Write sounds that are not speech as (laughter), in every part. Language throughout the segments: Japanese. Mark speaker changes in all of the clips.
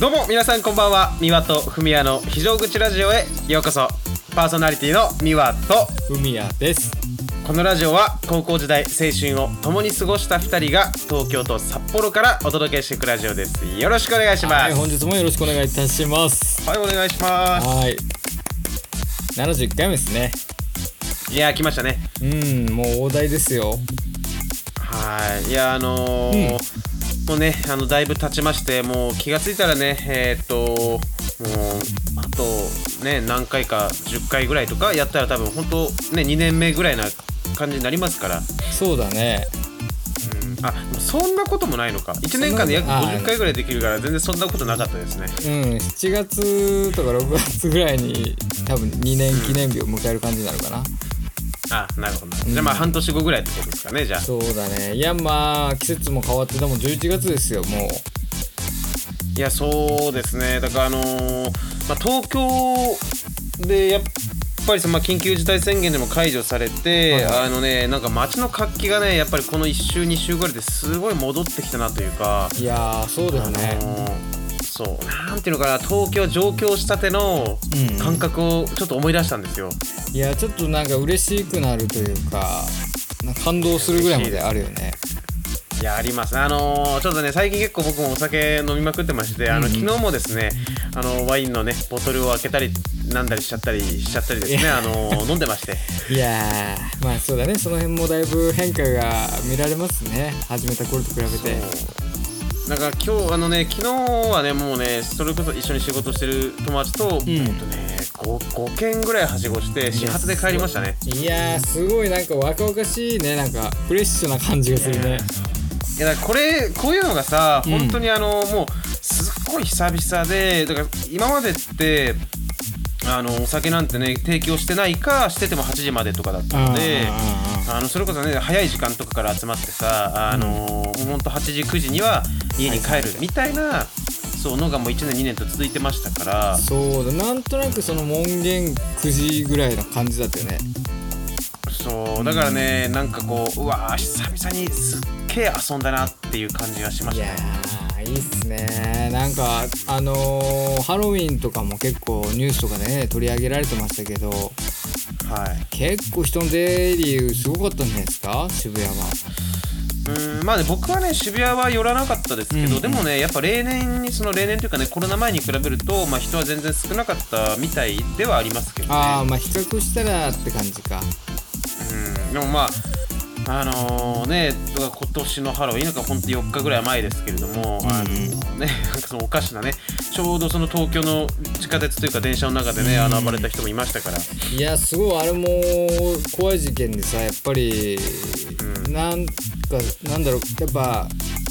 Speaker 1: どうも皆さんこんばんは三輪とふみやの非常口ラジオへようこそパーソナリティの三輪と
Speaker 2: 海谷です
Speaker 1: このラジオは高校時代青春を共に過ごした2人が東京と札幌からお届けしていくラジオですよろしくお願いしま
Speaker 2: は
Speaker 1: す
Speaker 2: い
Speaker 1: はい
Speaker 2: 本日もよろしくお願いいたします
Speaker 1: お願いしま
Speaker 2: はい71回目ですね
Speaker 1: すいやー来ましたね
Speaker 2: うんもう大台ですよ
Speaker 1: はいいやーあのーもうねあのだいぶ経ちましてもう気がついたらねえーっともうあとね何回か10回ぐらいとかやったら多分本当ね2年目ぐらいな感じになりますから
Speaker 2: そうだね
Speaker 1: うんあそんなこともないのか1年間で約
Speaker 2: そんなこと
Speaker 1: 50回ぐらいできるから全然そんなことなかったですね
Speaker 2: うん7月とか6月ぐらいに多分2年記念日を迎える感じになるかな
Speaker 1: あなるほどじゃあまあ半年後ぐらいってことですかねじゃあ
Speaker 2: そうだねいやまあ季節も変わってでも11月ですよも
Speaker 1: い
Speaker 2: う
Speaker 1: やそうですねだからあのーまあ、東京でやっぱりその、まあ、緊急事態宣言でも解除されて、
Speaker 2: はいはい
Speaker 1: あのねなんか街の活気がねやっぱりこの1週2週ぐらいですごい戻ってきたなというか
Speaker 2: いやーそうだよ
Speaker 1: あ
Speaker 2: ね
Speaker 1: のーそうなんていうのかな東京上京したての
Speaker 2: うん
Speaker 1: 感覚をちょっと思い出したんですよ、
Speaker 2: いやちょっとなんか嬉しくなるというかなんか感動するぐらいまであるよね
Speaker 1: いやありますあのーちょっとね最近結構僕もお酒飲みまくってましてあの、
Speaker 2: うんうん
Speaker 1: 昨日もですねあのワインのねボトルを開けたり飲んだりしちゃったりしちゃったりです
Speaker 2: い
Speaker 1: ね
Speaker 2: や
Speaker 1: あのー飲んでまして
Speaker 2: いやーまあそうだねその辺もだいぶ変化が見られますね始めた頃と比べて
Speaker 1: なんか今日あのね昨日はねもうねそれこそ一緒に仕事してる友達と、もっとね 5, 5軒ぐらいはしごして始発で帰りましたね
Speaker 2: いやーすごいなんか若々しいねなんかフレッシュな感じがするね
Speaker 1: いやだからこれこういうのがさ
Speaker 2: うん
Speaker 1: 本当にあの、もうすっごい久々でだから今までってあのお酒なんてね提供してないかしてても8時までとかだったので
Speaker 2: う
Speaker 1: あのそれこそね早い時間とかから集まってさあの、もうほんと8時9時には家に帰るみたいな、そうのがもう1年2年と続いてましたから
Speaker 2: んうんうんそうだなんとなくその門限9時ぐらいの感じだったよね
Speaker 1: そうだからね、なんかこううわー久々にすっげえ遊んだなっていう感じがしま
Speaker 2: い
Speaker 1: した
Speaker 2: や
Speaker 1: ね。
Speaker 2: ーいいっすねなんかあのーハロウィンとかも結構ニュースとかでね取り上げられてましたけど
Speaker 1: はい
Speaker 2: 結構人の出入りすごかったんじゃないですか渋谷は
Speaker 1: うーんまあね僕はね渋谷は寄らなかったですけど、
Speaker 2: うんうん
Speaker 1: でもねやっぱ例年にその例年というかねコロナ前に比べると、まあ、人は全然少なかったみたいではありますけどね
Speaker 2: ああまあ比較したらって感じか
Speaker 1: うんでもまああのねだから今年のハロウィンなんかほんと4日ぐらい前ですけれども、
Speaker 2: うんうん
Speaker 1: あのねなんかそのおかしなねちょうどその東京の地下鉄というか電車の中でね、あの暴れた人もいましたから
Speaker 2: いやすごいあれも怖い事件でさやっぱり、
Speaker 1: うん
Speaker 2: なんかなんだろうやっぱ、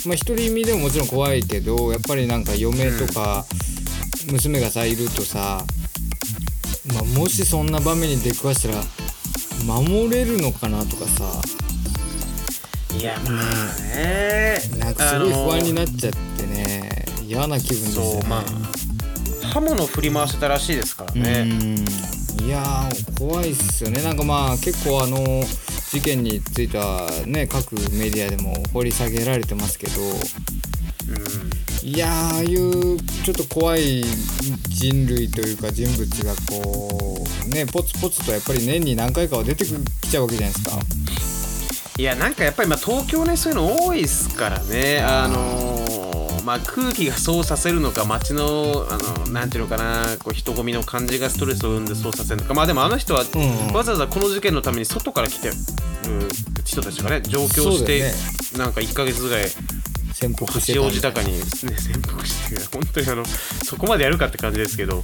Speaker 2: まあ、独り身でももちろん怖いけどやっぱりなんか嫁とか娘がさいるとさ、まあ、もしそんな場面に出くわしたら守れるのかなとかさ
Speaker 1: いやまあね
Speaker 2: なんかすごい不安に
Speaker 1: っ
Speaker 2: なっちゃってね嫌な気分ですよね。
Speaker 1: そうまあ刃物振り回してたらしいですからね、
Speaker 2: うんいやー怖いっすよねなんかまあ結構あの事件についてはね各メディアでも掘り下げられてますけど
Speaker 1: うん
Speaker 2: いやーああいうちょっと怖い人類というか人物がこうねポツポツとやっぱり年に何回かは出てきちゃうわけじゃないですか。
Speaker 1: いやなんかやっぱりまあ東京ねそういうの多いですからねあのーまあ空気がそうさせるのか街のあのなんていうのかなこう人混みの感じがストレスを生んでそうさせるのかまあでもあの人は
Speaker 2: うんうん
Speaker 1: わざわざこの事件のために外から来てる人たちがね上京
Speaker 2: そう
Speaker 1: し
Speaker 2: だ
Speaker 1: て、
Speaker 2: よね
Speaker 1: なんか1ヶ月ぐらい
Speaker 2: 潜伏し
Speaker 1: 八
Speaker 2: てた
Speaker 1: 王
Speaker 2: み
Speaker 1: 子
Speaker 2: たい
Speaker 1: 高に、ね、潜伏して (laughs) 本当にあのそこまでやるかって感じですけど、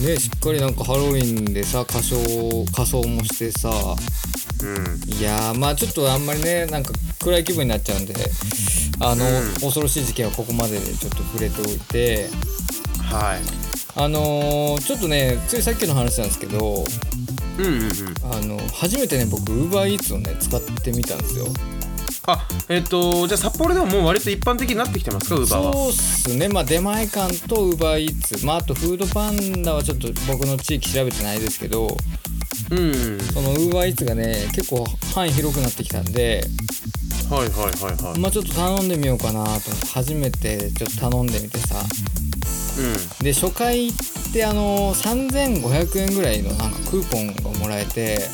Speaker 2: なねしっかりなんかハロウィンでさ仮装仮装もしてさ
Speaker 1: うん、
Speaker 2: いやーまあちょっとあんまりねなんか暗い気分になっちゃうんであの、
Speaker 1: うん
Speaker 2: 恐ろしい事件はここまででちょっと触れておいて
Speaker 1: はい
Speaker 2: あのーちょっとねついさっきの話なんですけど
Speaker 1: うんうんうん
Speaker 2: あの初めてね僕 UberEats をね使ってみたんですよ
Speaker 1: あえっ、とじゃあ札幌でももう割と一般的になってきてますかウーバーは
Speaker 2: そうっすねまあ出前館と UberEats まああとフードパンダはちょっと僕の地域調べてないですけど
Speaker 1: うん
Speaker 2: その UberEats がね結構範囲広くなってきたんで
Speaker 1: はいはいはいはい。
Speaker 2: まあちょっと頼んでみようかなと思って初めてちょっと頼んでみてさ
Speaker 1: う
Speaker 2: で初回ってあの3500円ぐらいのなんかクーポンがもらえて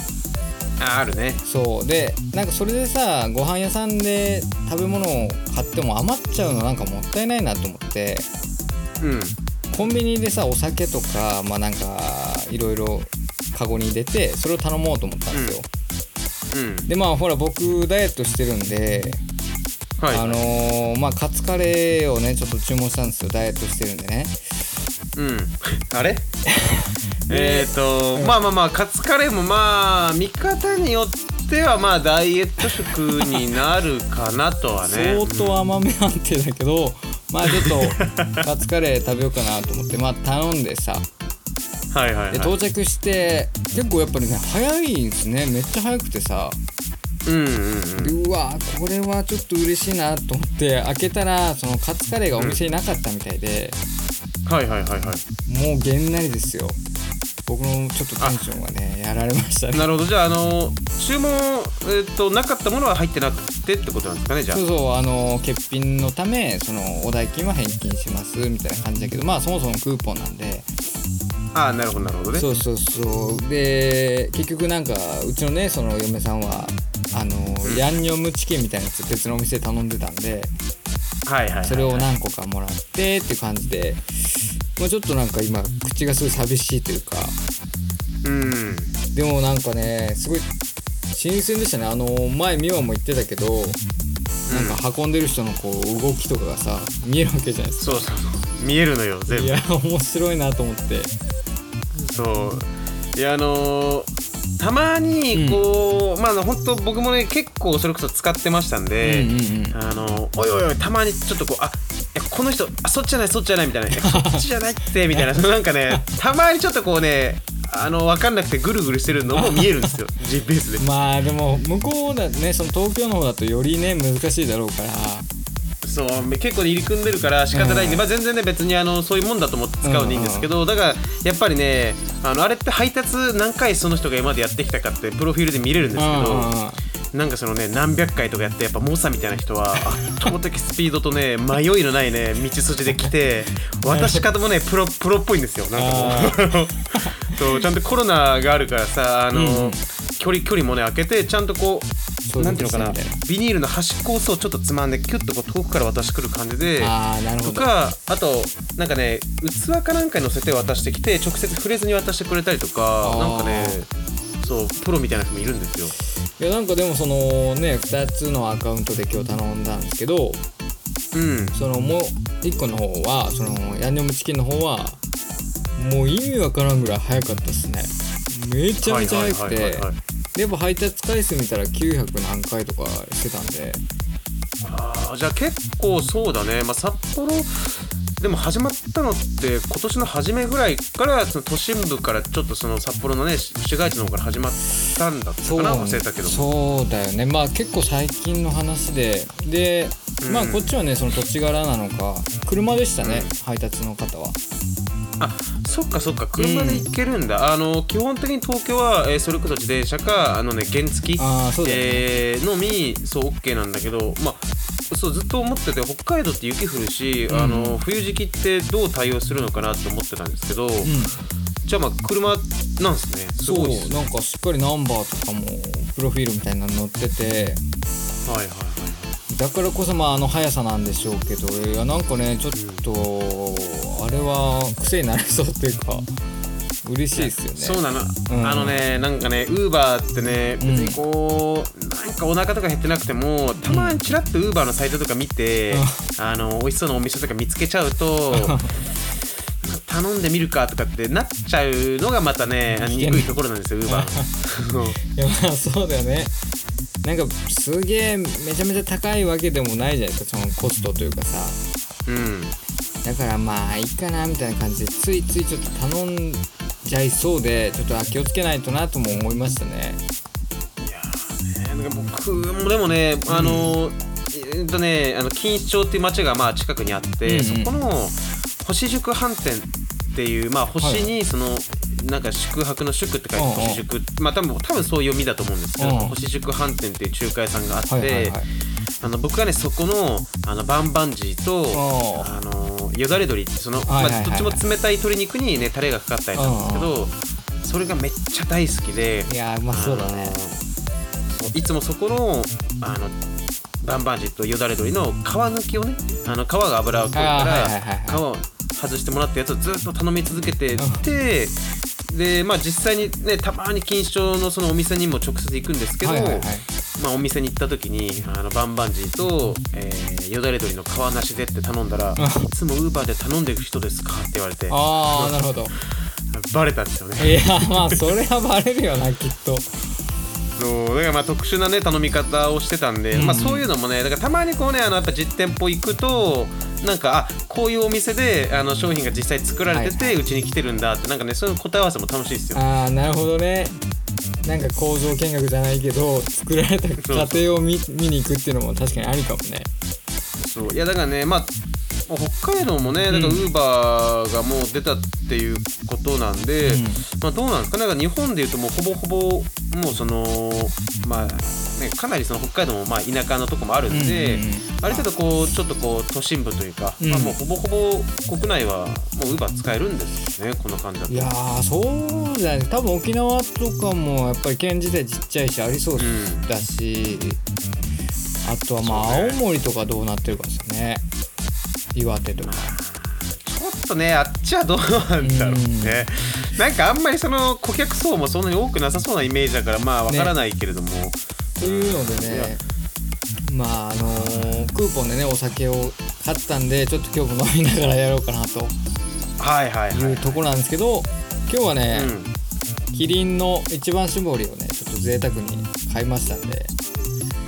Speaker 1: んああるね
Speaker 2: そうでなんかそれでさご飯屋さんで食べ物を買っても余っちゃうのなんかもったいないなと思って
Speaker 1: うん
Speaker 2: コンビニでさお酒とかまあなんかいろいろカゴに入れてそれを頼もうと思ったんですよ、
Speaker 1: うん
Speaker 2: でまあほら僕ダイエットしてるんで、
Speaker 1: はい
Speaker 2: あのーまあカツカレーをねちょっと注文したんですよダイエットしてるんでね
Speaker 1: (laughs) うん、あれえっと、まあまあまあカツカレーもまあ見方によってはまあダイエット食になるかなとはね
Speaker 2: 相当甘め判定だけ
Speaker 1: (laughs)
Speaker 2: どまあちょっとカツカレー食べようかなと思ってまあ頼んでさ
Speaker 1: はいはい
Speaker 2: で
Speaker 1: は
Speaker 2: 到
Speaker 1: い
Speaker 2: 着して結構やっぱりね早いんですねめっちゃ早くてさ
Speaker 1: うんうんうん
Speaker 2: うわこれはちょっと嬉しいなと思って開けたらそのカツカレーがお店になかったみたいで、
Speaker 1: はいはいはいは
Speaker 2: もうげんなりですよ僕のちょっとテンションがねやられました
Speaker 1: い
Speaker 2: ね
Speaker 1: なるほどじゃああの注文、えっとなかったものは入ってなくてってことなんですかねじゃあ
Speaker 2: そうそうあの欠品のためそのお代金は返金しますみたいな感じだけどまあそもそもクーポンなんで
Speaker 1: ああなるほどなるほどね
Speaker 2: そうそうそうで結局なんかうちのねその嫁さんはあのヤンニョムチキンみたいなやつ別のお店で頼んでたんで
Speaker 1: はいはいはい
Speaker 2: それを何個かもらってっていう感じでもうちょっとなんか今口がすごい寂しいというか
Speaker 1: うん
Speaker 2: でもなんかねすごい新鮮でしたねあの前美和も言ってたけどなんか運んでる人のこう動きとかがさ見えるわけじゃないです
Speaker 1: そうそうそう見えるのよ
Speaker 2: か
Speaker 1: 全
Speaker 2: い
Speaker 1: 部
Speaker 2: や面白いなと思って
Speaker 1: そういやあのーたまにこう、まああの本当僕もね結構それこそ使ってましたんで、
Speaker 2: うんうんうん
Speaker 1: あのおいおいおいたまにちょっとこうあいやこの人あそっちじゃないそっちじゃないみたいないやこっちじゃないってみたい (laughs) なそのなんかねたまにちょっとこうねあの分かんなくてぐるぐるしてるのも見えるんですよ GPS で。
Speaker 2: まあでも向こうだねその東京の方だとよりね難しいだろうから
Speaker 1: そう結構入り組んでるから仕方ないんで、
Speaker 2: うん
Speaker 1: まあ、全然ね別にあのそういうもんだと思って使うのいいんですけど、だからやっぱりねあのあれって配達何回その人が今までやってきたかってプロフィールで見れるんですけど、なんかそのね何百回とかやってやっぱ猛者みたいな人
Speaker 2: (laughs)
Speaker 1: は圧倒的スピードとね迷いのないね道筋で来て渡し方もねプロプロっぽいんですよなんかもうそうちゃんとコロナがあるからさあの、
Speaker 2: うんうん
Speaker 1: 距離距離もね開けてちゃんとこう
Speaker 2: そう
Speaker 1: なんていうのかな
Speaker 2: みたいな
Speaker 1: ビニールの端っこをそうちょっとつまんでキュッとこう遠くから渡してくる感じで。
Speaker 2: ああなるほ
Speaker 1: と
Speaker 2: ど
Speaker 1: かあとなんかね器かなんかに乗せて渡してきて直接触れずに渡してくれたりとか
Speaker 2: あー
Speaker 1: なんかねそうプロみたいな人もいるんですよ。
Speaker 2: いやなんかでもそのね2つのアカウントで今日頼んだんですけど
Speaker 1: うん、
Speaker 2: そのもう1個の方はそのヤンニョムチキンの方はもう意味わからんぐらい早かったですねめちゃめちゃ早くて
Speaker 1: はいはいはいはいはい
Speaker 2: でやっぱ配達回数見たら900何回とかしてたんで
Speaker 1: あーじゃあ結構そうだね、まあ、札幌でも始まったのって今年の初めぐらいからその都心部からちょっとその札幌のねし市街地の方から始まったんだったかな忘れたけども
Speaker 2: そうだよねまあ結構最近の話でで、
Speaker 1: うん
Speaker 2: まあこっちはねその土地柄なのか車でしたね、配達の方は
Speaker 1: あそっかそっか車で行けるんだ、あの基本的に東京は、えーそれこそ自転車かあのね原付
Speaker 2: ああそうだよね、
Speaker 1: えーのみそう OK なんだけどまあそうずっと思ってて北海道って雪降るし、
Speaker 2: ん
Speaker 1: あの冬時期ってどう対応するのかなと思ってたんですけど、
Speaker 2: うん
Speaker 1: じゃあまあ車なんですねす
Speaker 2: そう
Speaker 1: ごいですね
Speaker 2: なんかしっかりナンバーとかもプロフィールみたいなの載ってて
Speaker 1: はいはいはい
Speaker 2: だからこそまああの速さなんでしょうけどいやなんかねちょっとあれは癖になりそうっていうか嬉しいですよ
Speaker 1: そ
Speaker 2: ね
Speaker 1: うなの、
Speaker 2: うん
Speaker 1: あのねなんかねウーバーってね別
Speaker 2: うん
Speaker 1: にこう、なんかお腹とか減ってなくてもたまにちらっとウーバーのサイトとか見て、あの美味しそうなお店とか見つけちゃうと頼んでみるかとかってなっちゃうのがまたねあの
Speaker 2: いや
Speaker 1: 憎いところなんですよウーバー (laughs) の
Speaker 2: いやまあそうだよねなんかすげえめちゃめちゃ高いわけでもないじゃないですかそのコストというかさ
Speaker 1: うん
Speaker 2: だからまあいいかなみたいな感じでついついちょっと頼んじゃいそうでちょっとあ気をつけないとなとも思いましたね
Speaker 1: ねなんか僕もでもね、あのえっとねあの錦糸町っていう町がまあ近くにあって、
Speaker 2: うんうん
Speaker 1: そこの星宿飯店っていう、まあ、星にその、なんか宿泊の宿って書いて
Speaker 2: うんうん
Speaker 1: 星宿、まあ多分多分そういう読みだと思うんですけど、
Speaker 2: うん
Speaker 1: 星宿飯店っていう仲介さんがあって、
Speaker 2: はいはいはい
Speaker 1: あの僕はねそこのあのバンバンジーと
Speaker 2: あ
Speaker 1: あののよだれ鶏ってその、
Speaker 2: はいはいはい
Speaker 1: まあ、どっちも冷たい鶏肉にねタレがかかったやつなんですけど、それがめっちゃ大好きで
Speaker 2: いやーうまそうだ
Speaker 1: あ
Speaker 2: ね
Speaker 1: のそういつもそこのあのバンバンジとよだれ鶏の皮抜きをねあの皮が油を取る
Speaker 2: あ
Speaker 1: か
Speaker 2: ー
Speaker 1: ら、
Speaker 2: はいはいはいはい
Speaker 1: 皮を外してもらったやつをずっと頼み続けて
Speaker 2: うん
Speaker 1: て、でまあ実際にねたまに錦糸町のそのお店にも直接行くんですけど、
Speaker 2: はいはいはい
Speaker 1: まあ、お店に行った時にあのバンバンジーと、えーよだれ鶏の皮なしでって頼んだら
Speaker 2: う
Speaker 1: 「いつもウーバーで頼んでいく人ですか?」って言われて
Speaker 2: ああなるほど
Speaker 1: バレたんですよね。
Speaker 2: いやまあそれはバレるよなきっと
Speaker 1: そうだからまあ特殊なね頼み方をしてたんで、
Speaker 2: うん
Speaker 1: まあそういうのもねだからたまにこうねあのやっぱ実店舗行くとなんかあこういうお店であの商品が実際作られて
Speaker 2: は
Speaker 1: てうちに来てるんだってなんかねそういう答え合わせも楽しいですよ。
Speaker 2: ああなるほどねなんか構造見学じゃないけど作られた過程を見見に行くっていうのも確かにありかもね
Speaker 1: そういやだからねまあ北海道もねだからウ
Speaker 2: うん
Speaker 1: ーバーがもう出たっていうことなんで、
Speaker 2: うん
Speaker 1: まあどうなんですかねなんか日本でいうともうほぼほぼもうそのまあねかなりその北海道もまあ田舎のとこもあるんで。
Speaker 2: うんうんうん
Speaker 1: ある程度こうちょっとこう都心部というか、
Speaker 2: うん
Speaker 1: まあ、もうほぼほぼ国内はもうウーバー使えるんですよねこの感じだと
Speaker 2: いやーそうだね多分沖縄とかもやっぱり県自体ちっちゃいしありそう
Speaker 1: うん
Speaker 2: だし、あとはまあ
Speaker 1: そう
Speaker 2: 青
Speaker 1: ね
Speaker 2: 森とかどうなってるかですよね岩手とか
Speaker 1: ちょっとねあっちはどうなんだろうね、なんかあんまりその顧客層もそんなに多くなさそうなイメージだからまあわからないけれども、
Speaker 2: というので
Speaker 1: いや
Speaker 2: ねまああのークーポンでねお酒を買ったんでちょっと今日も飲みながらやろうかなと
Speaker 1: はいはいはい
Speaker 2: いうところなんですけど今日はね、
Speaker 1: うん
Speaker 2: キリンの一番搾りをねちょっと贅沢に買いましたんで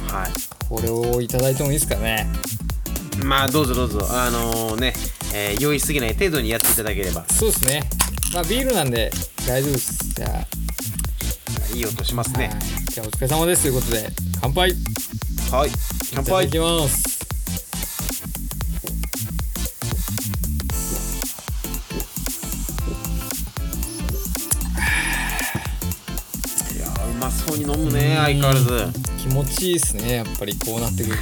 Speaker 1: はい
Speaker 2: これをいただいてもいいですかね
Speaker 1: まあどうぞどうぞあのね、えー酔いすぎない程度にやっていただければ
Speaker 2: そうですねまあビールなんで大丈夫ですじゃあ、
Speaker 1: いい音します
Speaker 2: は
Speaker 1: ね
Speaker 2: いじゃあお疲れ様ですということで乾杯い
Speaker 1: はい乾
Speaker 2: ただ
Speaker 1: 杯
Speaker 2: きます
Speaker 1: いやーうまそうに飲むね相変わらず
Speaker 2: 気持ちいいですねやっぱりこうなってくる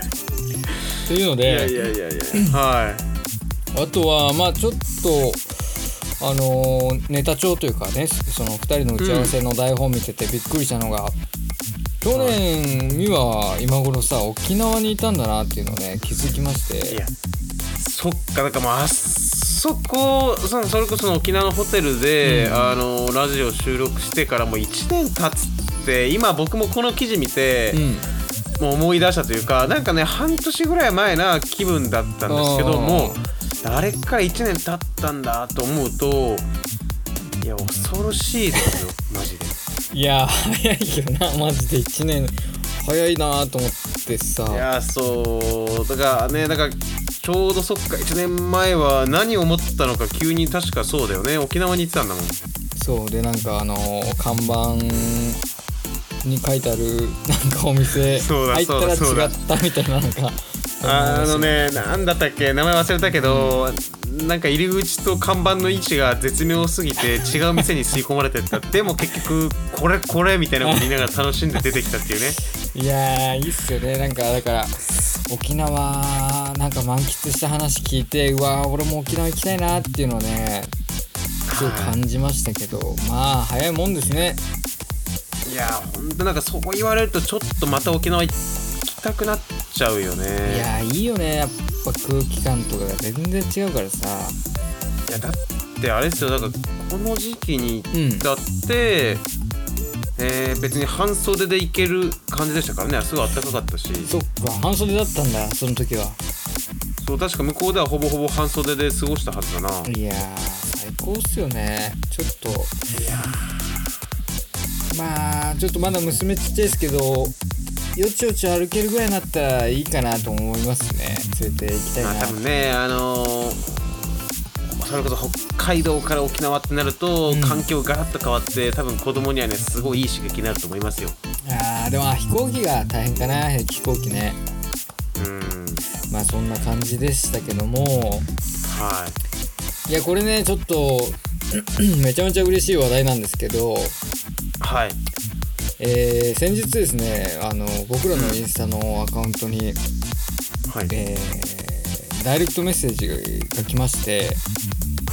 Speaker 1: (laughs)
Speaker 2: とというので
Speaker 1: いやいやいやいやはい
Speaker 2: あとはまあちょっとあのーネタ帳というかねその2人の打ち合わせの台本見ててびっくりしたのが、去年美は今頃さ沖縄にいたんだなっていうのをね気づきまして
Speaker 1: いやそっかだからもうあそこそのそれこそ沖縄のホテルで、あのラジオ収録してからもう1年経つって今僕もこの記事見て、
Speaker 2: うん
Speaker 1: もう思い出したというかなんかね半年ぐらい前な気分だったんですけど
Speaker 2: あー
Speaker 1: もあれから1年経ったんだと思うといや恐ろしいですよマジで。
Speaker 2: いや早いよなマジで1年早いなと思ってさ
Speaker 1: いやーそうだからねだからちょうどそっか1年前は何を思ったのか急に確かそうだよね沖縄に行ってたんだもん
Speaker 2: そうでなんかあのー看板に書いてある (laughs) なんかお店
Speaker 1: そうだ
Speaker 2: 入ったら違
Speaker 1: そうだ
Speaker 2: ったみたいななんか
Speaker 1: あのねなんだったっけ名前忘れたけど、なんか入り口と看板の位置が絶妙すぎて違う店に吸い込まれてった (laughs) でも結局これこれみたいなこと言いながら楽しんで出てきたっていうね
Speaker 2: いやーいいっすよねなんかだから沖縄なんか満喫した話聞いてうわー俺も沖縄行きたいなっていうのをねすごい感じましたけどまあ早いもんですね
Speaker 1: (laughs) いやーほんとなんかそう言われるとちょっとまた沖縄行きたくなっちゃうよ
Speaker 2: い
Speaker 1: ね
Speaker 2: やーいいよねやっぱ空気感とかが全然違うからさ
Speaker 1: いやだってあれですよだからこの時期に
Speaker 2: うん
Speaker 1: だって、えー別に半袖で行ける感じでしたからねすごい暖かかったし
Speaker 2: そっか半袖だったんだその時は
Speaker 1: そう確か向こうではほぼほぼ半袖で過ごしたはずだない
Speaker 2: やー最高っすよねちょっとまあちょっとまだ娘ちっちゃいですけどよちよち歩けるぐらいになったらいいかなと思いますね連れて行きたい
Speaker 1: まあ
Speaker 2: な
Speaker 1: 多分ねあのーそれこそ北海道から沖縄ってなると、
Speaker 2: うん
Speaker 1: 環境ガラッと変わって多分子供にはねすごいいい刺激になると思いますよ
Speaker 2: あーでもあ飛行機が大変かな飛行機ね
Speaker 1: うん
Speaker 2: まあそんな感じでしたけども
Speaker 1: はい
Speaker 2: やこれねちょっと (clears throat) めちゃめちゃ嬉しい話題なんですけど
Speaker 1: いはい
Speaker 2: えー先日ですねあの僕らのインスタのアカウントに、
Speaker 1: はい
Speaker 2: えーダイレクトメッセージが来まして、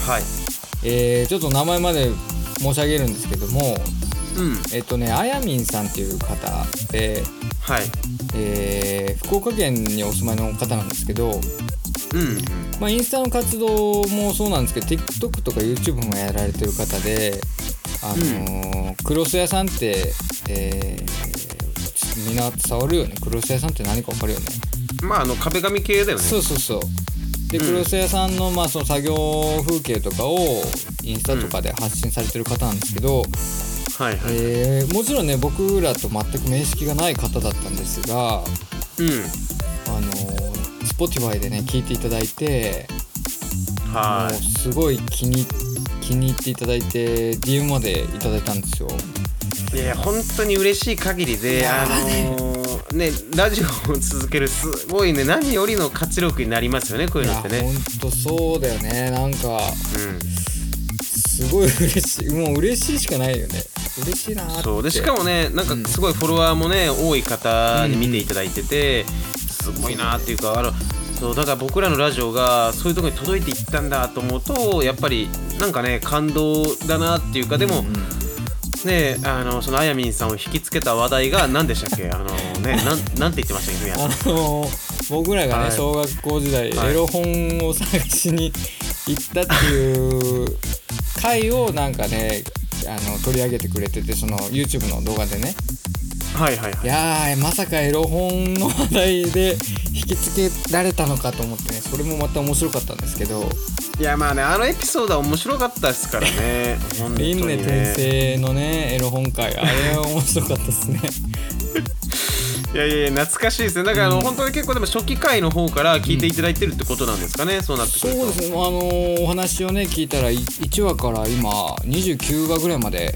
Speaker 1: はい
Speaker 2: えーちょっと名前まで申し上げるんですけども
Speaker 1: うん
Speaker 2: えっとねあやみんさんっていう方で、
Speaker 1: はい
Speaker 2: えー福岡県にお住まいの方なんですけど、
Speaker 1: うん
Speaker 2: まあ、インスタの活動もそうなんですけど TikTok とか YouTube もやられてる方で、あのークロス屋さんって、えーちょっとみんな伝わるよねクロス屋さんって何か分かるよね
Speaker 1: まああの壁紙系だよね
Speaker 2: そうそうそうで
Speaker 1: うん
Speaker 2: クロス屋さんの,、まあその作業風景とかをインスタとかで発信されてる方なんですけど、
Speaker 1: はいはい、
Speaker 2: えーもちろんね僕らと全く面識がない方だったんですが、あのー Spotify でね聞いていただいて、
Speaker 1: うんは
Speaker 2: もう
Speaker 1: い
Speaker 2: すごい気に気に入っていただいて DM までいただいたんですよ
Speaker 1: いやいや本当に嬉しい限り
Speaker 2: い
Speaker 1: で、
Speaker 2: や
Speaker 1: あ
Speaker 2: ー
Speaker 1: のーねラジオを続けるすごいね何よりの活力になりますよねこう
Speaker 2: い
Speaker 1: いう
Speaker 2: や
Speaker 1: のって
Speaker 2: ほん
Speaker 1: ね。
Speaker 2: とそうだよねなんかすごい嬉しいもう嬉しいしかないよね嬉しいなーっ
Speaker 1: うん、
Speaker 2: て
Speaker 1: そうでしかもねなん
Speaker 2: うん
Speaker 1: かすごいフォロワーもね、多い方に見ていただいてて、すごいなっていうかあのそうだから僕らのラジオがそういうところに届いていったんだと思うとやっぱりなんかね感動だなっていうかでも、
Speaker 2: うんうん
Speaker 1: ねあのそのあやみんさんを引きつけた話題が何でしたっけあのねなんなんて言ってましたっけ
Speaker 2: あ
Speaker 1: ね
Speaker 2: の僕らがね、
Speaker 1: はい
Speaker 2: 小学校時代、
Speaker 1: はい
Speaker 2: エロ本を探しに行ったっていう回をなんかねあの取り上げてくれててその YouTube の動画でね
Speaker 1: はいはいはい
Speaker 2: いやーまさかエロ本の話題で引きつけられたのかと思ってねそれもまた面白かったんですけど
Speaker 1: いやまあねあのエピソードは面白かったですから
Speaker 2: (laughs)
Speaker 1: ね本当に
Speaker 2: 輪廻
Speaker 1: ね
Speaker 2: 転生のねエロ本会あれは面白かったですね
Speaker 1: いやいやいや懐かしいですねだからあの、本当に結構でも初期回の方から聞いていただいてるってことなんですかね、そうなってく
Speaker 2: そ
Speaker 1: ると
Speaker 2: うですねあのーお話をね聞いたらい1話から今29話ぐらいまで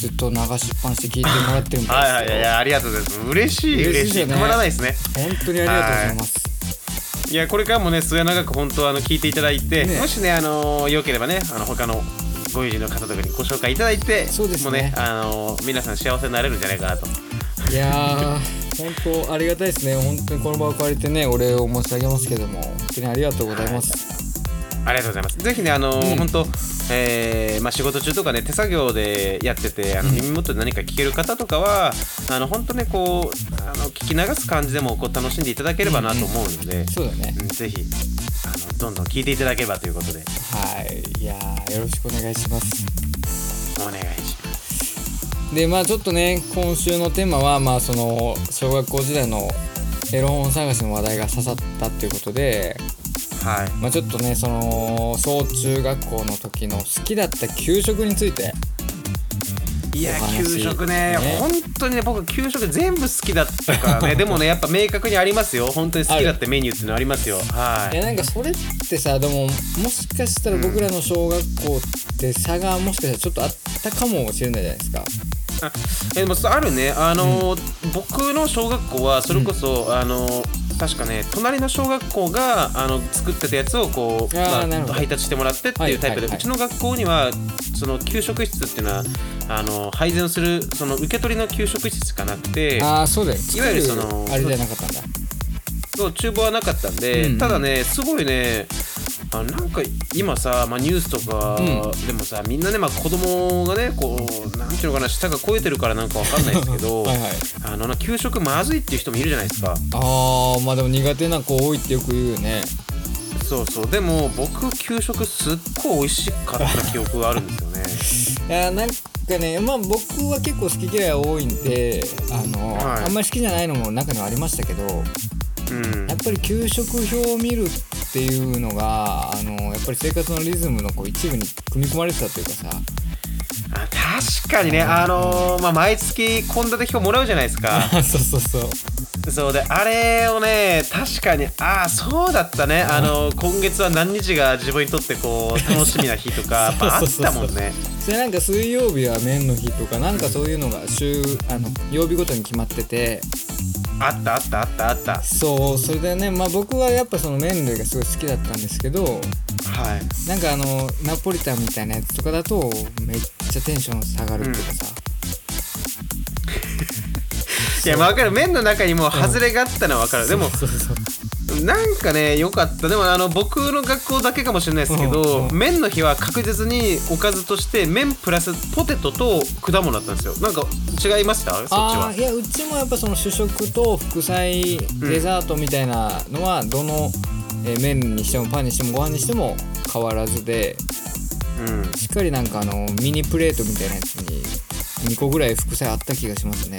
Speaker 2: ずっと流しっぱなしで聞いてもらってるみ
Speaker 1: はい
Speaker 2: た
Speaker 1: はいいはい
Speaker 2: です
Speaker 1: い
Speaker 2: よ
Speaker 1: やありがとうございます嬉しい
Speaker 2: 嬉
Speaker 1: 嬉
Speaker 2: し
Speaker 1: し
Speaker 2: い
Speaker 1: い
Speaker 2: よね
Speaker 1: たまらないですね
Speaker 2: 本当にありがとうございます
Speaker 1: いやこれからもね末永く本当あの聞いていただいて、
Speaker 2: ね
Speaker 1: もしねあの良ければねあの他のご友人の方とかにご紹介いただいて
Speaker 2: そうですね
Speaker 1: もあの皆さん幸せになれるんじゃないかなと
Speaker 2: いやー本当ありがたいですね本当にこの場を借りてねお礼を申し上げますけども本当にありがとうございます、
Speaker 1: ありがとうございます。ぜひね、あの、
Speaker 2: うん
Speaker 1: 本当、えーまあ、仕事中とかね、手作業でやってて、あの、耳元で何か聞ける方とかは。あの、本当ね、こう、あの、聞き流す感じでも、こう、楽しんでいただければなと思うので。うん
Speaker 2: そうだね
Speaker 1: ぜひ、あの、どんどん聞いていただければということで、
Speaker 2: はいいやーよろしくお願いします
Speaker 1: お願いします。
Speaker 2: でまあちょっとね今週のテーマはまあその小学校時代のエロ本探しの話題が刺さったっていうことで、
Speaker 1: はい。
Speaker 2: まあ、ちょっとねその小中学校の時の好きだった給食について
Speaker 1: いや
Speaker 2: お話
Speaker 1: 給食ね
Speaker 2: ね
Speaker 1: 本当にね僕給食全部好きだったから (laughs) ねでもねやっぱ明確にありますよ本当に好きだってメニューっていうのありますよはいい
Speaker 2: やなんかそれってさでももしかしたら僕らの小学校って差がもしかしたらちょっとあったかもしれないじゃないですか
Speaker 1: あえでもそうあるねあのー、僕の小学校はそれこそ、あのー確かね隣の小学校があの作ってたやつをこう
Speaker 2: あー
Speaker 1: ま
Speaker 2: なるほど
Speaker 1: 配達してもらってっていうタイプで、
Speaker 2: はいはいはいう
Speaker 1: ちの学校にはその給食室っていうのはあの配膳をするその受け取りの給食室しかなくて
Speaker 2: ああそうだよ
Speaker 1: いわゆるその
Speaker 2: 作あれじゃなかったんだ
Speaker 1: そう厨房はなかったんで、
Speaker 2: うん
Speaker 1: ただねすごいねあなんか今さ、まあ、ニュースとかでもさ、みんなね、まあ、子供がねこうなんていうのかな舌が肥えてるからなんかわかんないですけど
Speaker 2: (laughs) はいはい
Speaker 1: あのな給食まずいっていう人もいるじゃないですか
Speaker 2: ああまあでも苦手な子多いってよく言うよね
Speaker 1: そうそうでも僕給食すっごい美味しかった記憶があるんです
Speaker 2: いやなんかねまあ僕は結構好き嫌い多いんであの、
Speaker 1: はい
Speaker 2: あんまり好きじゃないのも中にはありましたけどや
Speaker 1: よねうん
Speaker 2: っぱり給食表を見るっていうのがあのやっぱり生活のリズムのこう一部に組み込まれてたというかさ
Speaker 1: あ確かにねあのーまあ毎月献立表もらうじゃないですか
Speaker 2: そうそうそう
Speaker 1: そうであれをね確かにああそうだったねあのー今月は何日が自分にとってこう楽しみな日と (laughs) か
Speaker 2: そう
Speaker 1: やっぱあ
Speaker 2: そう
Speaker 1: っ
Speaker 2: そうそ
Speaker 1: た
Speaker 2: う
Speaker 1: もんね
Speaker 2: それなんか水曜日は麺の日とかなんかそういうのが週あの曜日ごとに決まってて
Speaker 1: あったあったあったあった
Speaker 2: そうそれでねまあ僕はやっぱその麺類がすごい好きだったんですけど
Speaker 1: はい
Speaker 2: なんかあのナポリタンみたいなやつとかだとめっちゃテンション下がるっていうかさ、
Speaker 1: いや分かる麺の中にもう外れがあったのは分かるでも
Speaker 2: そうそうそう
Speaker 1: なんかね良かったでもあの僕の学校だけかもしれないですけど、
Speaker 2: うんうん
Speaker 1: 麺の日は確実におかずとして麺プラスポテトと果物だったんですよなんか違いましたそっち
Speaker 2: あ
Speaker 1: は
Speaker 2: ーいやうちもやっぱその主食と副菜デザートみたいなのはどの、えー麺にしてもパンにしてもご飯にしても変わらずで
Speaker 1: うん
Speaker 2: しっかりなんかあのミニプレートみたいなやつに2個ぐらい副菜あった気がしますね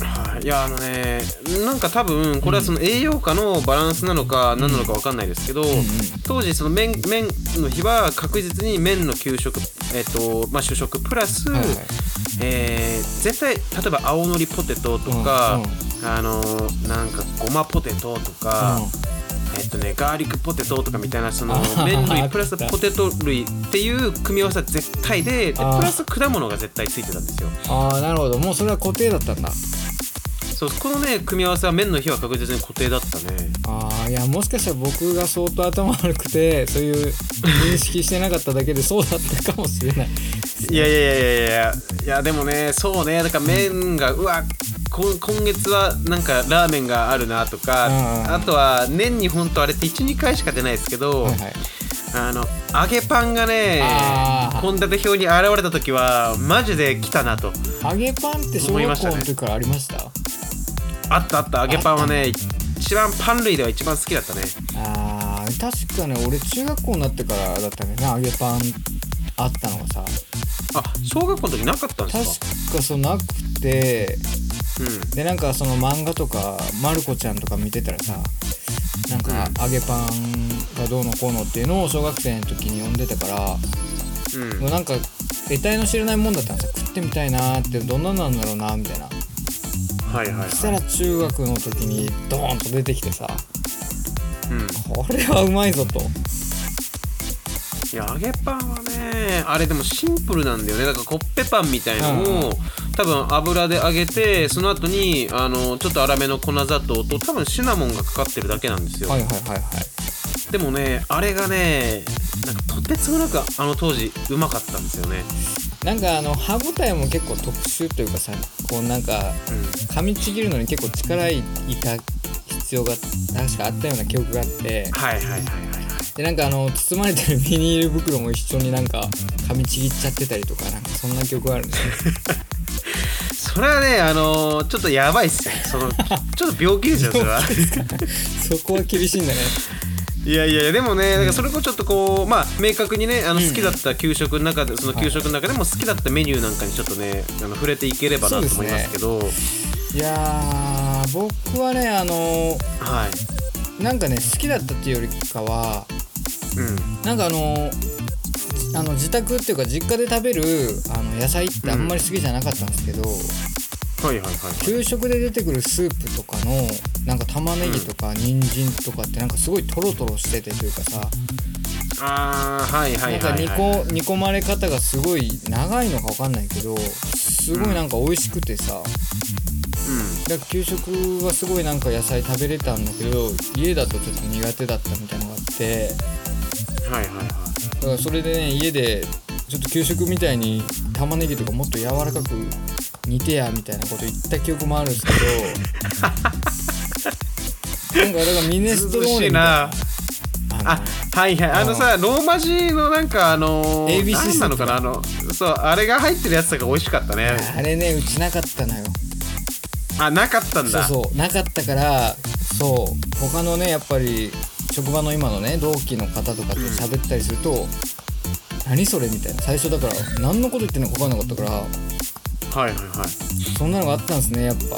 Speaker 1: はいいやあのねなんか多分これはその栄養価のバランスなのか何なのか分かんないですけど、
Speaker 2: ん
Speaker 1: 当時その麺麺の日は確実に麺の給食えっ、とまあ主食プラス、
Speaker 2: はいはい
Speaker 1: えー絶対例えば青のりポテトとか、
Speaker 2: う
Speaker 1: あのーなんかごまポテトとか、えっとねガーリックポテトとかみたいなその
Speaker 2: (laughs) あー
Speaker 1: 麺類
Speaker 2: あった
Speaker 1: プラスポテト類っていう組み合わせは絶対ででプ
Speaker 2: あー
Speaker 1: ラス果物が絶対ついてたんですよ。
Speaker 2: ああなるほどもうそれは固定だったんだ
Speaker 1: そうこのね組み合わせは麺の日は確実に固定だったね。
Speaker 2: ああいやもしかしたら僕が相当頭悪くてそういう認識してなかっただけでそうだったかもしれない
Speaker 1: いやいやいやいやいやいやでもねそうねだから麺がうわこ今月はなんかラーメンがあるなとか、
Speaker 2: うん
Speaker 1: あとは年に本当あれって12回しか出ないですけど、
Speaker 2: はいはい
Speaker 1: あの揚げパンがね
Speaker 2: あー
Speaker 1: 献立表に現れた時はマジで来たなと
Speaker 2: 揚げパンって小学校の時からありました
Speaker 1: あったあった揚げパンはね一番パン類では一番好きだったね
Speaker 2: あー確かね俺中学校になってからだったけどな揚げパンあったのがさ
Speaker 1: あ小学校の時なかったんで
Speaker 2: 確
Speaker 1: すか
Speaker 2: かそうなくて
Speaker 1: う
Speaker 2: でなんかその漫画とかまる子ちゃんとか見てたらさなんか揚げパンがどうのこうのっていうのを小学生の時に読んでたから
Speaker 1: んうん
Speaker 2: もうなんか得体の知れないもんだったんですよ食ってみたいなーってどんなんなんだろうなーみたいな
Speaker 1: はいはいはい
Speaker 2: そしたら中学の時にドーンと出てきてさ
Speaker 1: うん
Speaker 2: これはうまいぞと
Speaker 1: いや揚げパンはねあれでもシンプルなんだよねだからコッペパンみたいの
Speaker 2: うんう
Speaker 1: を、多分油で揚げてその後にあのちょっと粗めの粉砂糖と多分シナモンがかかってるだけなんですよ、
Speaker 2: はいはいはいはい
Speaker 1: でもねあれがねなんかとてつもなくあの当時うまかったんですよね、
Speaker 2: なんかあの歯ごたえも結構特殊というかさこうなんか
Speaker 1: う
Speaker 2: 噛みちぎるのに結構力いた必要が確かあったような記憶があって
Speaker 1: ん、はいはいはいはいはい
Speaker 2: でなんかあの包まれてるビニール袋も一緒になんか噛みちぎっちゃってたりとかなんかそんな記憶があるんですよ
Speaker 1: それはねあのーちょっとやばいっすよそのちょっと病気ですよそれは
Speaker 2: そこは厳しいんだね (laughs)
Speaker 1: いやいやいやでもねだからそれこそちょっとこうまあ明確にねあの好きだった給食の中でその給食の中でも好きだったメニューなんかにちょっとねあの触れていければなと思いますけど
Speaker 2: いやー僕はねあの
Speaker 1: はい
Speaker 2: なんかね好きだったっていうよりかは
Speaker 1: うん
Speaker 2: なんかあのあの自宅っていうか実家で食べるあの野菜ってあんまり好きじゃなかったんですけど、
Speaker 1: はいはいはいはい
Speaker 2: 給食で出てくるスープとかのなんか玉ねぎとか人参とかってなんかすごいトロトロしててというかさ、
Speaker 1: あーはいはい
Speaker 2: な
Speaker 1: は
Speaker 2: んか
Speaker 1: い
Speaker 2: 煮
Speaker 1: はい
Speaker 2: こ煮込まれ方がすごい長いのかわかんないけどすごいなんか美味しくてさだから給食はすごいなんか野菜食べれたんだけど家だとちょっと苦手だったみたいなのがあって
Speaker 1: うんはいはいはい
Speaker 2: だからそれでね家でちょっと給食みたいに玉ねぎとかもっと柔らかく煮てやみたいなこと言った記憶もある
Speaker 1: (laughs)
Speaker 2: んですけどなんかだからミネストローネ
Speaker 1: しい
Speaker 2: みた
Speaker 1: ない
Speaker 2: なあ
Speaker 1: あはいはいあのさローマ字のなんかあのー
Speaker 2: ABC
Speaker 1: なんなのかなあのそうあれが入ってるやつとか美味しかったね
Speaker 2: のあれねうちなかったのよ
Speaker 1: あなかったん
Speaker 2: そう
Speaker 1: だ
Speaker 2: そうなかったからそう他のねやっぱり職場の今のね同期の方とかと喋ったりすると、何それみたいな最初だから何のこと言ってんのか分かんなかったから
Speaker 1: はいはいはい
Speaker 2: そんなのがあったんですねやっぱ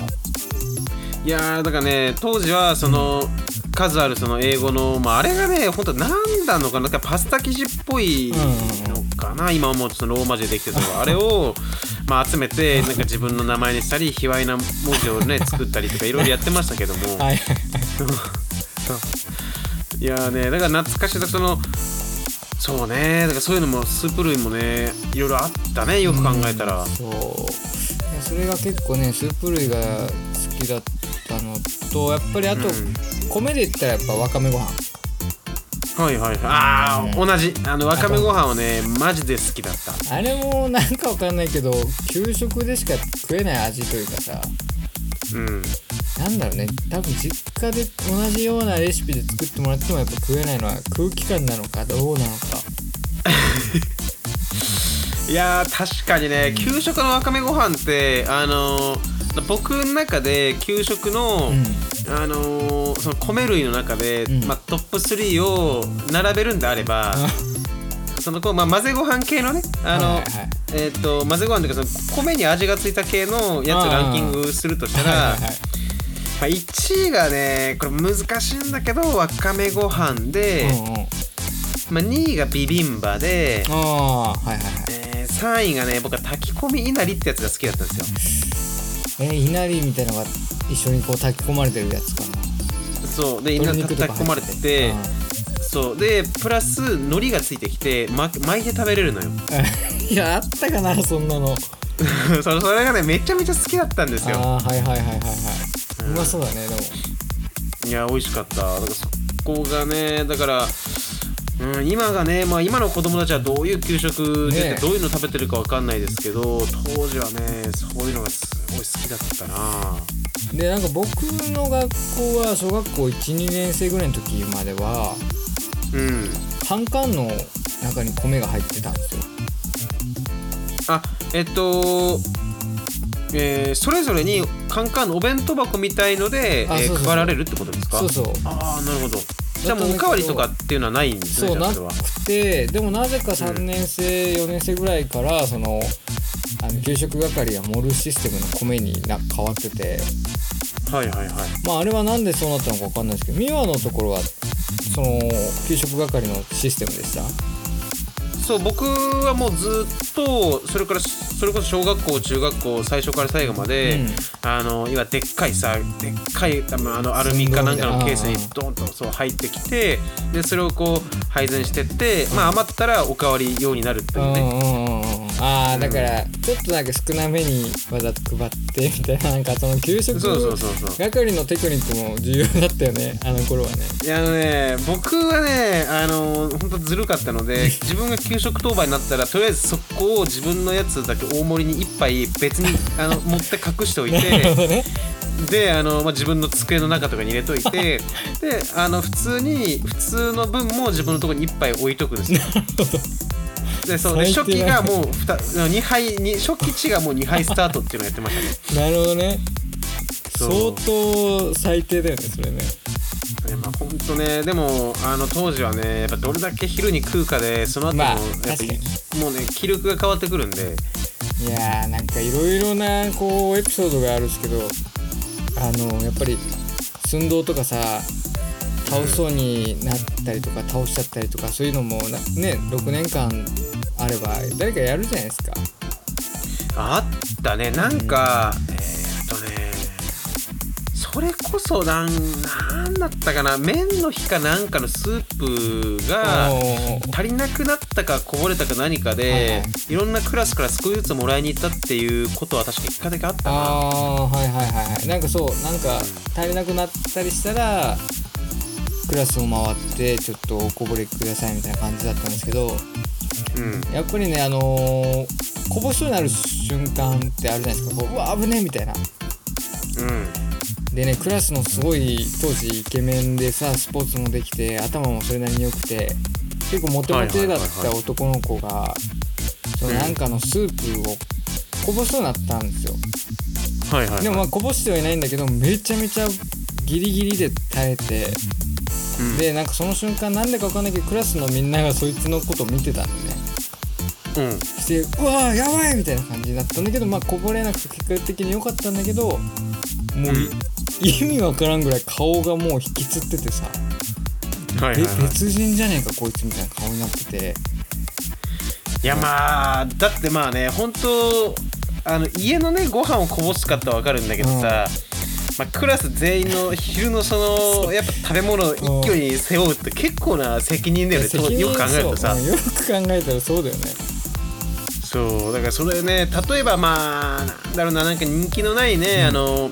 Speaker 1: いやーだからね当時はその数あるその英語の、まあ、あれがね本当何なのかななんかパスタ生地っぽいのかな、今はもうちょっとローマ字でできてる
Speaker 2: (laughs)
Speaker 1: とかあれを、まあ、集めてなんか自分の名前にしたり卑猥な文字をね作ったりとかいろいろやってましたけども、
Speaker 2: はい
Speaker 1: い、やーねだから懐かしいそのそうねだからそういうのもスープ類もねいろいろあったねよく考えたら、
Speaker 2: うんそうそれが結構ねスープ類が好きだったのとやっぱりあと、
Speaker 1: うん
Speaker 2: 米で言ったらやっぱわかめご飯
Speaker 1: はいはいはいああ同じあのわかめご飯はねマジで好きだった
Speaker 2: あれもなんかわかんないけど給食でしか食えない味というかさ
Speaker 1: うん
Speaker 2: なんだろうね多分実家で同じようなレシピで作ってもらってもやっぱ食えないのは空気感なのかどうなのか
Speaker 1: いやー確かにね、給食のわかめご飯ってあのー僕の中で給食の、
Speaker 2: うん
Speaker 1: あのーその米類の中で、
Speaker 2: ん
Speaker 1: まあ、トップ3を並べるんであれば、
Speaker 2: (laughs)
Speaker 1: そのこう、まあ、混ぜご飯系のねあの、
Speaker 2: はいはいはい
Speaker 1: えー、と混ぜご飯というかその米に味がついた系のやつ
Speaker 2: あ
Speaker 1: を
Speaker 2: ー
Speaker 1: ランキングするとしたら、
Speaker 2: はいはいはい
Speaker 1: まあ、1位がねこれ難しいんだけどわかめご飯で、
Speaker 2: うんうん
Speaker 1: まあ、2位がビビンバで、
Speaker 2: ああーはいはいはい
Speaker 1: えー、3位がね僕は炊き込みいなりってやつが好きだったんですよ
Speaker 2: えー、いなりみたいなのが一緒にこう炊き込まれてるやつかな
Speaker 1: そうでいなり
Speaker 2: 鶏
Speaker 1: 炊
Speaker 2: 肉
Speaker 1: き
Speaker 2: とか
Speaker 1: 込まれてて
Speaker 2: 入って
Speaker 1: そうでプラス海苔がついてきて、ま、巻いて食べれるのよ (laughs)
Speaker 2: うん (laughs) いやあったかなそんなの
Speaker 1: それそれがねめちゃめちゃ好きだったんですよ
Speaker 2: ああーはいはいはいはいはいうまそうだねでも
Speaker 1: いや美味しかっただからそこがねだからうん、今がね、まあ、今の子供たちはどういう給食で、
Speaker 2: ねえ
Speaker 1: どういうの食べてるかわかんないですけど当時はねそういうのがすごい好きだったな
Speaker 2: でなんか僕の学校は小学校12年生ぐらいの時までは
Speaker 1: うん
Speaker 2: カンカンの中に米が入ってたんですよ
Speaker 1: あえっと、えーそれぞれにカンカンのお弁当箱みたいので、え
Speaker 2: あ
Speaker 1: ー
Speaker 2: そうそうそう
Speaker 1: 配られるってことですか
Speaker 2: そうそう
Speaker 1: ああなるほどじゃあも
Speaker 2: だったんだけ
Speaker 1: う
Speaker 2: ど
Speaker 1: おかわりとかっていうのはないんですね
Speaker 2: そ
Speaker 1: じ
Speaker 2: う
Speaker 1: ゃ
Speaker 2: な
Speaker 1: あそれは
Speaker 2: くてでもなぜか3年生、4年生ぐらいからそのあの給食係が盛るシステムの米にな変わってて
Speaker 1: はいはいはい
Speaker 2: まああれはなんでそうなったのか分かんないですけど美和のところはその給食係のシステムでした
Speaker 1: そう僕はもうずっとそれからそれこそ小学校中学校最初から最後まで、
Speaker 2: うん
Speaker 1: あの今でっかいさでっかい多分あのアルミかなんかのケースに
Speaker 2: 寸
Speaker 1: ドンとそう入ってきてでそれをこう配膳してって、まあ余ったらおかわり用になるって
Speaker 2: う
Speaker 1: いうんね、
Speaker 2: うんうんうんああだからちょっとなんか少なめにわざと配ってみたいななんかその給食
Speaker 1: そうそうそうそう
Speaker 2: 係のテクニックも重要だったよねあの頃はね (laughs)
Speaker 1: いやあのね僕はねあの本当ずるかったので自分が給食当番になったらとりあえずそこを自分のやつだけ大盛りに1杯別にあの持って隠しておいて
Speaker 2: そうね
Speaker 1: であの、まあ、自分の机の中とかに入れとい
Speaker 2: (laughs)
Speaker 1: てであの普通に普通の分も自分のところに1杯置いとくんです
Speaker 2: (laughs)
Speaker 1: よ。でそうで
Speaker 2: 最低
Speaker 1: 初期
Speaker 2: だ
Speaker 1: がもう 2, 二杯に初期値がもう2杯スタートっていうのをやってましたね。
Speaker 2: (laughs) なるほどね
Speaker 1: そう
Speaker 2: 相当最低だよねそれね
Speaker 1: ねまあ、ほんとねでもあの当時はねやっぱどれだけ昼に食うかでその後も、
Speaker 2: まあ
Speaker 1: やっぱ
Speaker 2: 確かに
Speaker 1: もうね気力が変わってくるんで
Speaker 2: いやーなんかいろいろなこうエピソードがあるんですけどあのやっぱり寸胴とかさ倒しそうになったりとか倒しちゃったりとかそういうのもなね6年間あれば誰かやるじゃないですか
Speaker 1: あったねなんか、えー、っとねそれこそなんなんだったかな麺の日かなんかのスープが
Speaker 2: おー
Speaker 1: 足りなくなったかこぼれたか何かで、
Speaker 2: はい
Speaker 1: い
Speaker 2: はい
Speaker 1: ろんなクラスから少しずつもらいに行ったっていうことは確か一回だけあったな。
Speaker 2: あーはいはいはいはいなんかそうなんか足りなくなったりしたらクラスを回ってちょっとおこぼれくださいみたいな感じだったんですけど
Speaker 1: うん
Speaker 2: やっぱりねあのーこぼしそうになる瞬間ってあるじゃないですかこううわ危ねえみたいな
Speaker 1: うん
Speaker 2: でねクラスのすごい当時イケメンでさスポーツもできて頭もそれなりに良くて結構モテモテ
Speaker 1: はいは
Speaker 2: だっ
Speaker 1: いはい
Speaker 2: た
Speaker 1: はい
Speaker 2: 男の子がその
Speaker 1: うん
Speaker 2: なんかのスープをこぼしそうになったんですよ
Speaker 1: はいはいはい、
Speaker 2: でもまあこぼしてはいないんだけどめちゃめちゃギリギリで耐えて
Speaker 1: うん
Speaker 2: でなんかその瞬間なんでかわかんないけどクラスのみんながそいつのことを見てたんでね
Speaker 1: うん
Speaker 2: して「うわーやばい!」みたいな感じになったんだけどまあこぼれなくて結果的に良かったんだけどもう、
Speaker 1: ん
Speaker 2: 意味わからんぐらい顔がもう引きつっててさ、
Speaker 1: はいはいはい
Speaker 2: べ別人じゃねえかこいつみたいな顔になってて
Speaker 1: いやまあだってまあね本当あの家のねご飯をこぼすかってわかるんだけどさ、まあ、クラス全員の昼のそのやっぱ食べ物を一挙に背負うって結構な責任だよねとよく考えるとさ
Speaker 2: そううんよく考えたらそうだよね
Speaker 1: そうだからそれね例えばまあなんだろうななんか人気のないね、あの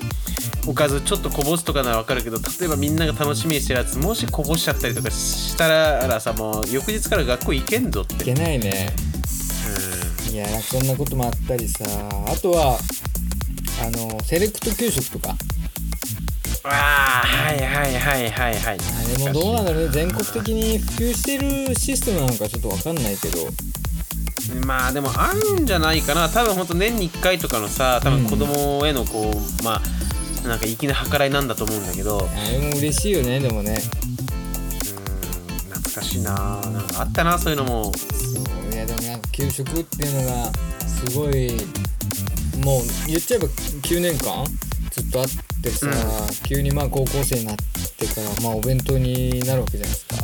Speaker 1: おかずちょっとこぼすとかならわかるけど例えばみんなが楽しみにしてるやつもしこぼしちゃったりとかしたらさもう翌日から学校行けんぞっ
Speaker 2: い
Speaker 1: て。
Speaker 2: けないねいやそんなこともあったりさあとはあのセレクト給食とか
Speaker 1: ああはいはいはいはいはい
Speaker 2: あでもどうなんだろうね全国的に普及してるシステムなのかちょっと分かんないけど
Speaker 1: まあでもあるんじゃないかな多分本当年に1回とかのさ多分子供へのこう、まあなんか粋な計らいなんだと思うんだけど
Speaker 2: あれも嬉しいよねでもね
Speaker 1: うん懐かしいななんかあったなそういうのも
Speaker 2: そういやでもなんか給食っていうのがすごいもう言っちゃえば9年間ずっとあってさ、
Speaker 1: うん
Speaker 2: 急にまあ高校生になってからまあお弁当になるわけじゃないですか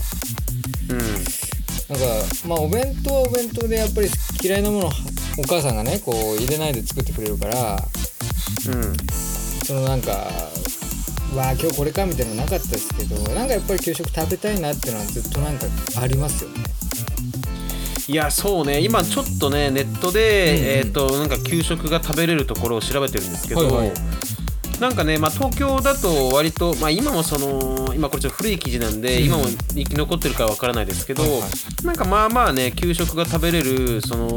Speaker 1: うん
Speaker 2: なんかまあお弁当はお弁当でやっぱり嫌いなものをお母さんがねこう入れないで作ってくれるから
Speaker 1: うん
Speaker 2: そのなんかわあ今日これかみたいなのなかったですけどなんかやっぱり給食食べたいなっていうのはずっとなんかありますよね
Speaker 1: いやそうね今ちょっとねネットで、
Speaker 2: うんうん
Speaker 1: えっ、となんか給食が食べれるところを調べてるんですけど、
Speaker 2: はいはい
Speaker 1: なんかね、まあ、東京だと割と、まあ、今もその今これちょっと古い記事なんで、
Speaker 2: うん
Speaker 1: 今も生き残ってるかわからないですけど、
Speaker 2: はいは
Speaker 1: なんかまあまあね給食が食べれるその、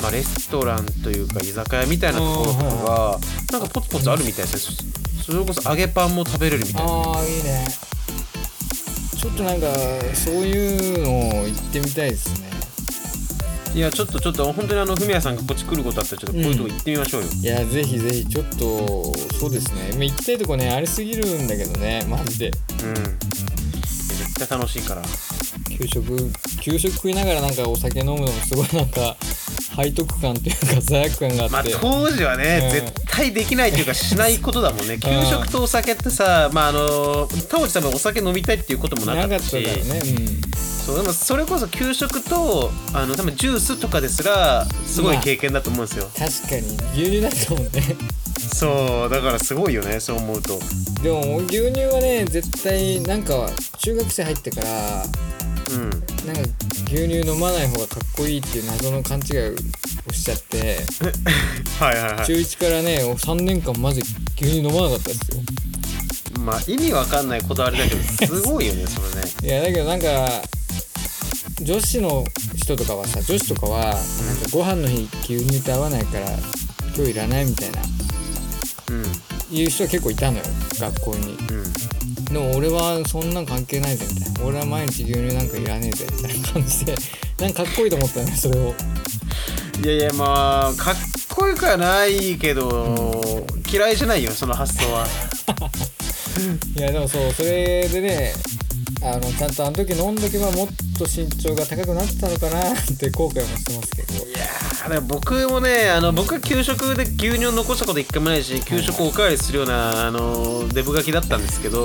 Speaker 1: まあ、レストランというか居酒屋みたいなところとか
Speaker 2: あ
Speaker 1: がなんかポツポツあるみたいですねそそれこそ揚げパンも食べれるみたいな
Speaker 2: ああいいねちょっとなんかそういうのを行ってみたいですね
Speaker 1: いやちょっとちょっと本当にあのフミヤさんがこっち来ることあったらちょっとこういうとこ行ってみましょうよ、
Speaker 2: いやぜひぜひちょっとそうですねまあ行きたいとこねありすぎるんだけどねマジで
Speaker 1: うん絶対楽しいから
Speaker 2: 給食給食食いながらなんかお酒飲むのもすごいなんか背徳感というか罪悪感があって、
Speaker 1: まあ当時はね、
Speaker 2: うん
Speaker 1: 絶対できないというかしないことだもんね給食とお酒ってさまああの当時多分お酒飲みたいっていうこともなか
Speaker 2: な
Speaker 1: った
Speaker 2: かったか
Speaker 1: し
Speaker 2: らね、
Speaker 1: そうでもそれこそ給食とあの多分ジュースとかですらすごい経験だと思うんですよ、
Speaker 2: 確かに牛乳だったもんね
Speaker 1: そうだからすごいよねそう思うと
Speaker 2: でも牛乳はね絶対なんか中学生入ってから
Speaker 1: うん
Speaker 2: なんか牛乳飲まない方がかっこいいっていう謎の勘違いをしちゃって、
Speaker 1: はいはいは
Speaker 2: 中1からね3年間マジ牛乳飲まなかったですよ
Speaker 1: いまあ意味わかんないこだわりだけどすごいよねそれね
Speaker 2: いやだけどなんか女子の人とかはさ女子とかはなんかご飯の日牛乳と合わないから今日いらないみたいな
Speaker 1: うん
Speaker 2: いう人は結構いたのよ学校
Speaker 1: う
Speaker 2: に
Speaker 1: ん
Speaker 2: でも俺はそんなん関係ないぜみたいな俺は毎日牛乳なんかいらねえぜみたいな感じでなんかかっこいいと思ったのよそれを
Speaker 1: いやいやまあかっこよくはないけど、嫌いじゃないよその発想は
Speaker 2: いやでもそうそれでねあのちゃんとあの時飲んどけばもっと身長が高くなってたのかなって後悔もしてますけど
Speaker 1: いやーでも僕もねあの僕は給食で牛乳を残したこと一回もないし給食をおかわりするようなあのデブガキだったんですけど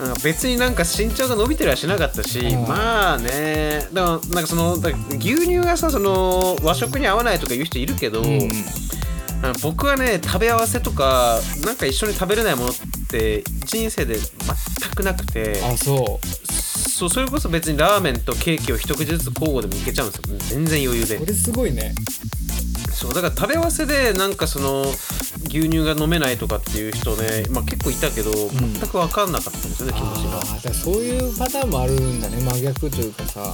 Speaker 1: なんか別になんか身長が伸びてるはしなかったし、
Speaker 2: うん
Speaker 1: まあねでもなんかそのだ牛乳がさその和食に合わないとか言う人いるけど、
Speaker 2: うん
Speaker 1: あの僕はね食べ合わせとかなんか一緒に食べれないものって人生で全くなくて
Speaker 2: あそ
Speaker 1: そうそれこそ別にラーメンとケーキを一口ずつ交互でもいけちゃうんですよ全然余裕
Speaker 2: う
Speaker 1: で
Speaker 2: これすごいね
Speaker 1: そうだから食べ合わせでなんかその牛乳が飲めないとかっていう人ね、まあ、結構いたけど、
Speaker 2: ん
Speaker 1: 全く分かんなかったんですよね気持ちが
Speaker 2: あーだからそういうパターンもあるんだね真逆というかさ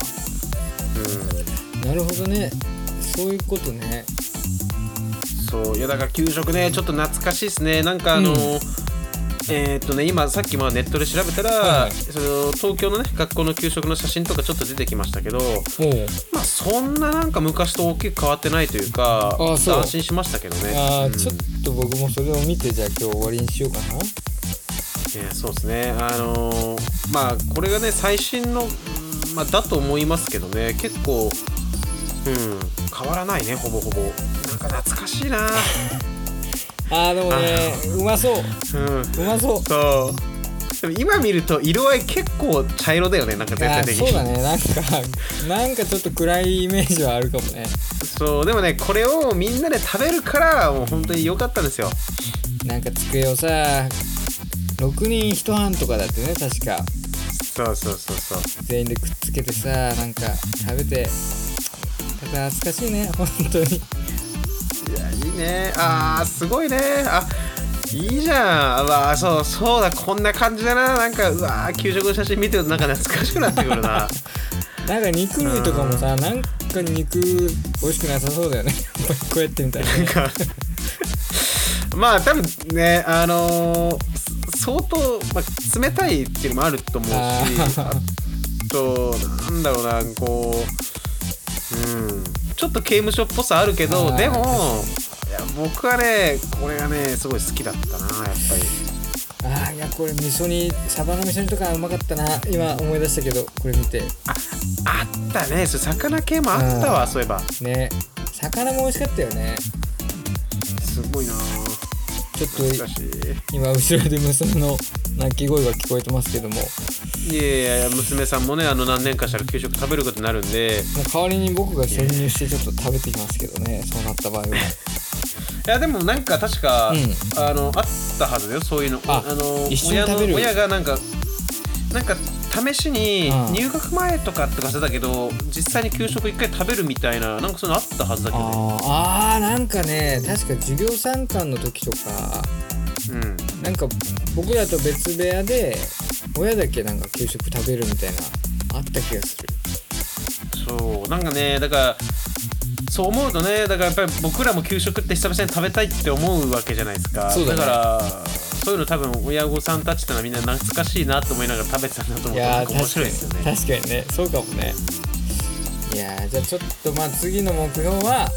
Speaker 2: なるほどねそういうことね
Speaker 1: うんそういやだから給食ねちょっと懐かしいですねなんかあの、
Speaker 2: うん
Speaker 1: えーっとね、今さっきまあネットで調べたら、
Speaker 2: はいはい
Speaker 1: その東京のね学校の給食の写真とかちょっと出てきましたけど
Speaker 2: おう
Speaker 1: まあそんななんか昔と大きく変わってないというか
Speaker 2: あそう
Speaker 1: 安心しましたけどね
Speaker 2: あ
Speaker 1: う
Speaker 2: ー
Speaker 1: ん
Speaker 2: ちょっと僕もそれを見てじゃあ今日終わりにしようかな
Speaker 1: えーそうですね、あのーまあ、これがね、最新の、うんまあ、だと思いますけどね、結構、うん、変わらないね、ほぼほぼ。なんか懐かしいな、
Speaker 2: あーでもねうまそう
Speaker 1: うん、
Speaker 2: うまそう
Speaker 1: そう。でも今見ると、色合い結構茶色だよね、なんか全体
Speaker 2: あー
Speaker 1: 的
Speaker 2: そうだ
Speaker 1: に。
Speaker 2: ねなんかなんかちょっと暗いイメージはあるかもね
Speaker 1: そう、でもね、これをみんなで食べるから、もう本当に良かったんですよ。
Speaker 2: なんか机をさ6人1班とかだってね確か
Speaker 1: そうそうそうそう。
Speaker 2: 全員でくっつけてさなんか食べてただ懐かしいね本当に
Speaker 1: いやいいねあーすごいねあいいじゃんうわーそうそうだこんな感じだななんかうわー給食の写真見てるとなんか懐かしくなってくる
Speaker 2: (laughs)
Speaker 1: な
Speaker 2: なんか肉類とかもさなんか肉美味しくなさそうだよね (laughs) やっぱりこうやってみたらね
Speaker 1: まあ多分ねあのー相当、まあ、冷たいっていうのもあると思うし
Speaker 2: あー
Speaker 1: あとなんだろうなこううんちょっと刑務所っぽさあるけど
Speaker 2: あー
Speaker 1: でもいや僕はねこれがねすごい好きだったなやっぱり
Speaker 2: ああいやこれ味噌煮サバの味噌煮とかうまかったな今思い出したけどこれ見て
Speaker 1: ああったねそれ魚系もあったわ
Speaker 2: うん
Speaker 1: そういえば
Speaker 2: ね魚も美味しかったよね
Speaker 1: すごいな
Speaker 2: ちょっと
Speaker 1: 懐かしい
Speaker 2: 今後ろで娘の泣き声が聞こえてますけどもも
Speaker 1: いやいやいや娘さんもねあの何年かしたら給食食べることになるんで
Speaker 2: う代わりに僕が潜入してちょっと食べてきますけどねそうなった場合は
Speaker 1: いやでもなんか確か、
Speaker 2: うん
Speaker 1: あのあったはずだよそういうの
Speaker 2: あ
Speaker 1: の
Speaker 2: 一緒に
Speaker 1: 親の
Speaker 2: 食べる
Speaker 1: 親がなんかなんか試しに
Speaker 2: うん
Speaker 1: 入学前とかって方だけど実際に給食一回食べるみたいななんかそういうのあったはずだけどね、
Speaker 2: あーあーなんかね確か授業参観の時とか
Speaker 1: うん、
Speaker 2: なんか僕らと別部屋で親だけなんか給食食べるみたいなあった気がする
Speaker 1: そうなんかねだからそう思うとねだからやっぱり僕らも給食って久々に食べたいって思うわけじゃないですか
Speaker 2: そうだね
Speaker 1: からそういうの多分親御さんたちってのはみんな懐かしいなと思いながら食べてたんだと思う
Speaker 2: い
Speaker 1: とな
Speaker 2: や
Speaker 1: ん
Speaker 2: ー
Speaker 1: か面白いですよ
Speaker 2: 確か
Speaker 1: ね
Speaker 2: に確かにねそうかもねいやーじゃあちょっとまあ次の目標は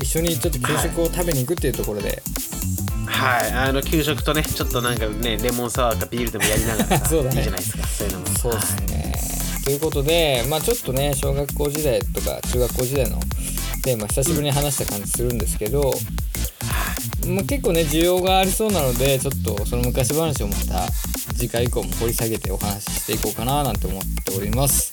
Speaker 2: 一緒にちょっと給食を食べに行くっていうところで、
Speaker 1: (laughs) はいあの給食とねちょっとなんかねレモンサワーかビールでもやりながらさ
Speaker 2: (laughs) そうだね
Speaker 1: いいじゃないですかそういうのも
Speaker 2: そうです
Speaker 1: はい
Speaker 2: ねということでまあちょっとね小学校時代とか中学校時代のテーマ久しぶりに話した感じするんですけど、まあ、結構ね需要がありそうなのでちょっとその昔話をまた次回以降も掘り下げてお話ししていこうかななんて思っております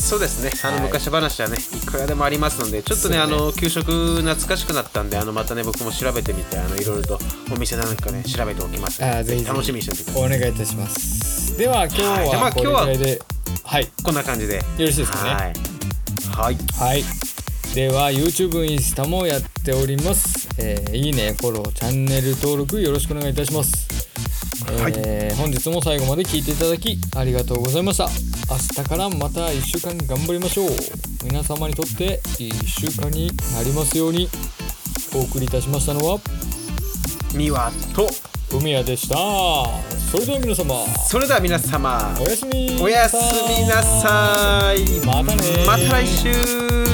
Speaker 1: そうですねあ
Speaker 2: は
Speaker 1: の
Speaker 2: い
Speaker 1: 昔話はねいくらでもありますのでちょっとね
Speaker 2: そう
Speaker 1: あ
Speaker 2: ね
Speaker 1: の給食懐かしくなったんであのまたね僕も調べてみてあのいろいろとお店なんかね調べておきますので
Speaker 2: あーぜひぜひ
Speaker 1: 楽しみにしておいてください
Speaker 2: お願いいたしますでは今日
Speaker 1: はいじゃあまあ
Speaker 2: はこれぐらいではい
Speaker 1: こんな感じで。よ
Speaker 2: ろしいですかね
Speaker 1: はい。はい。
Speaker 2: はい。では YouTube インスタもやっております、えーいいねフォローチャンネル登録よろしくお願いいたします、えー本日も最後まで聞いていただきありがとうございました明日からまた1週間頑張りましょう皆様にとっていい1週間になりますようにお送りいたしましたのは
Speaker 1: ミワと、
Speaker 2: 海谷でしたそれでは皆様
Speaker 1: それでは皆様、
Speaker 2: おやすみ
Speaker 1: おやすみなさい。
Speaker 2: またね
Speaker 1: また来週。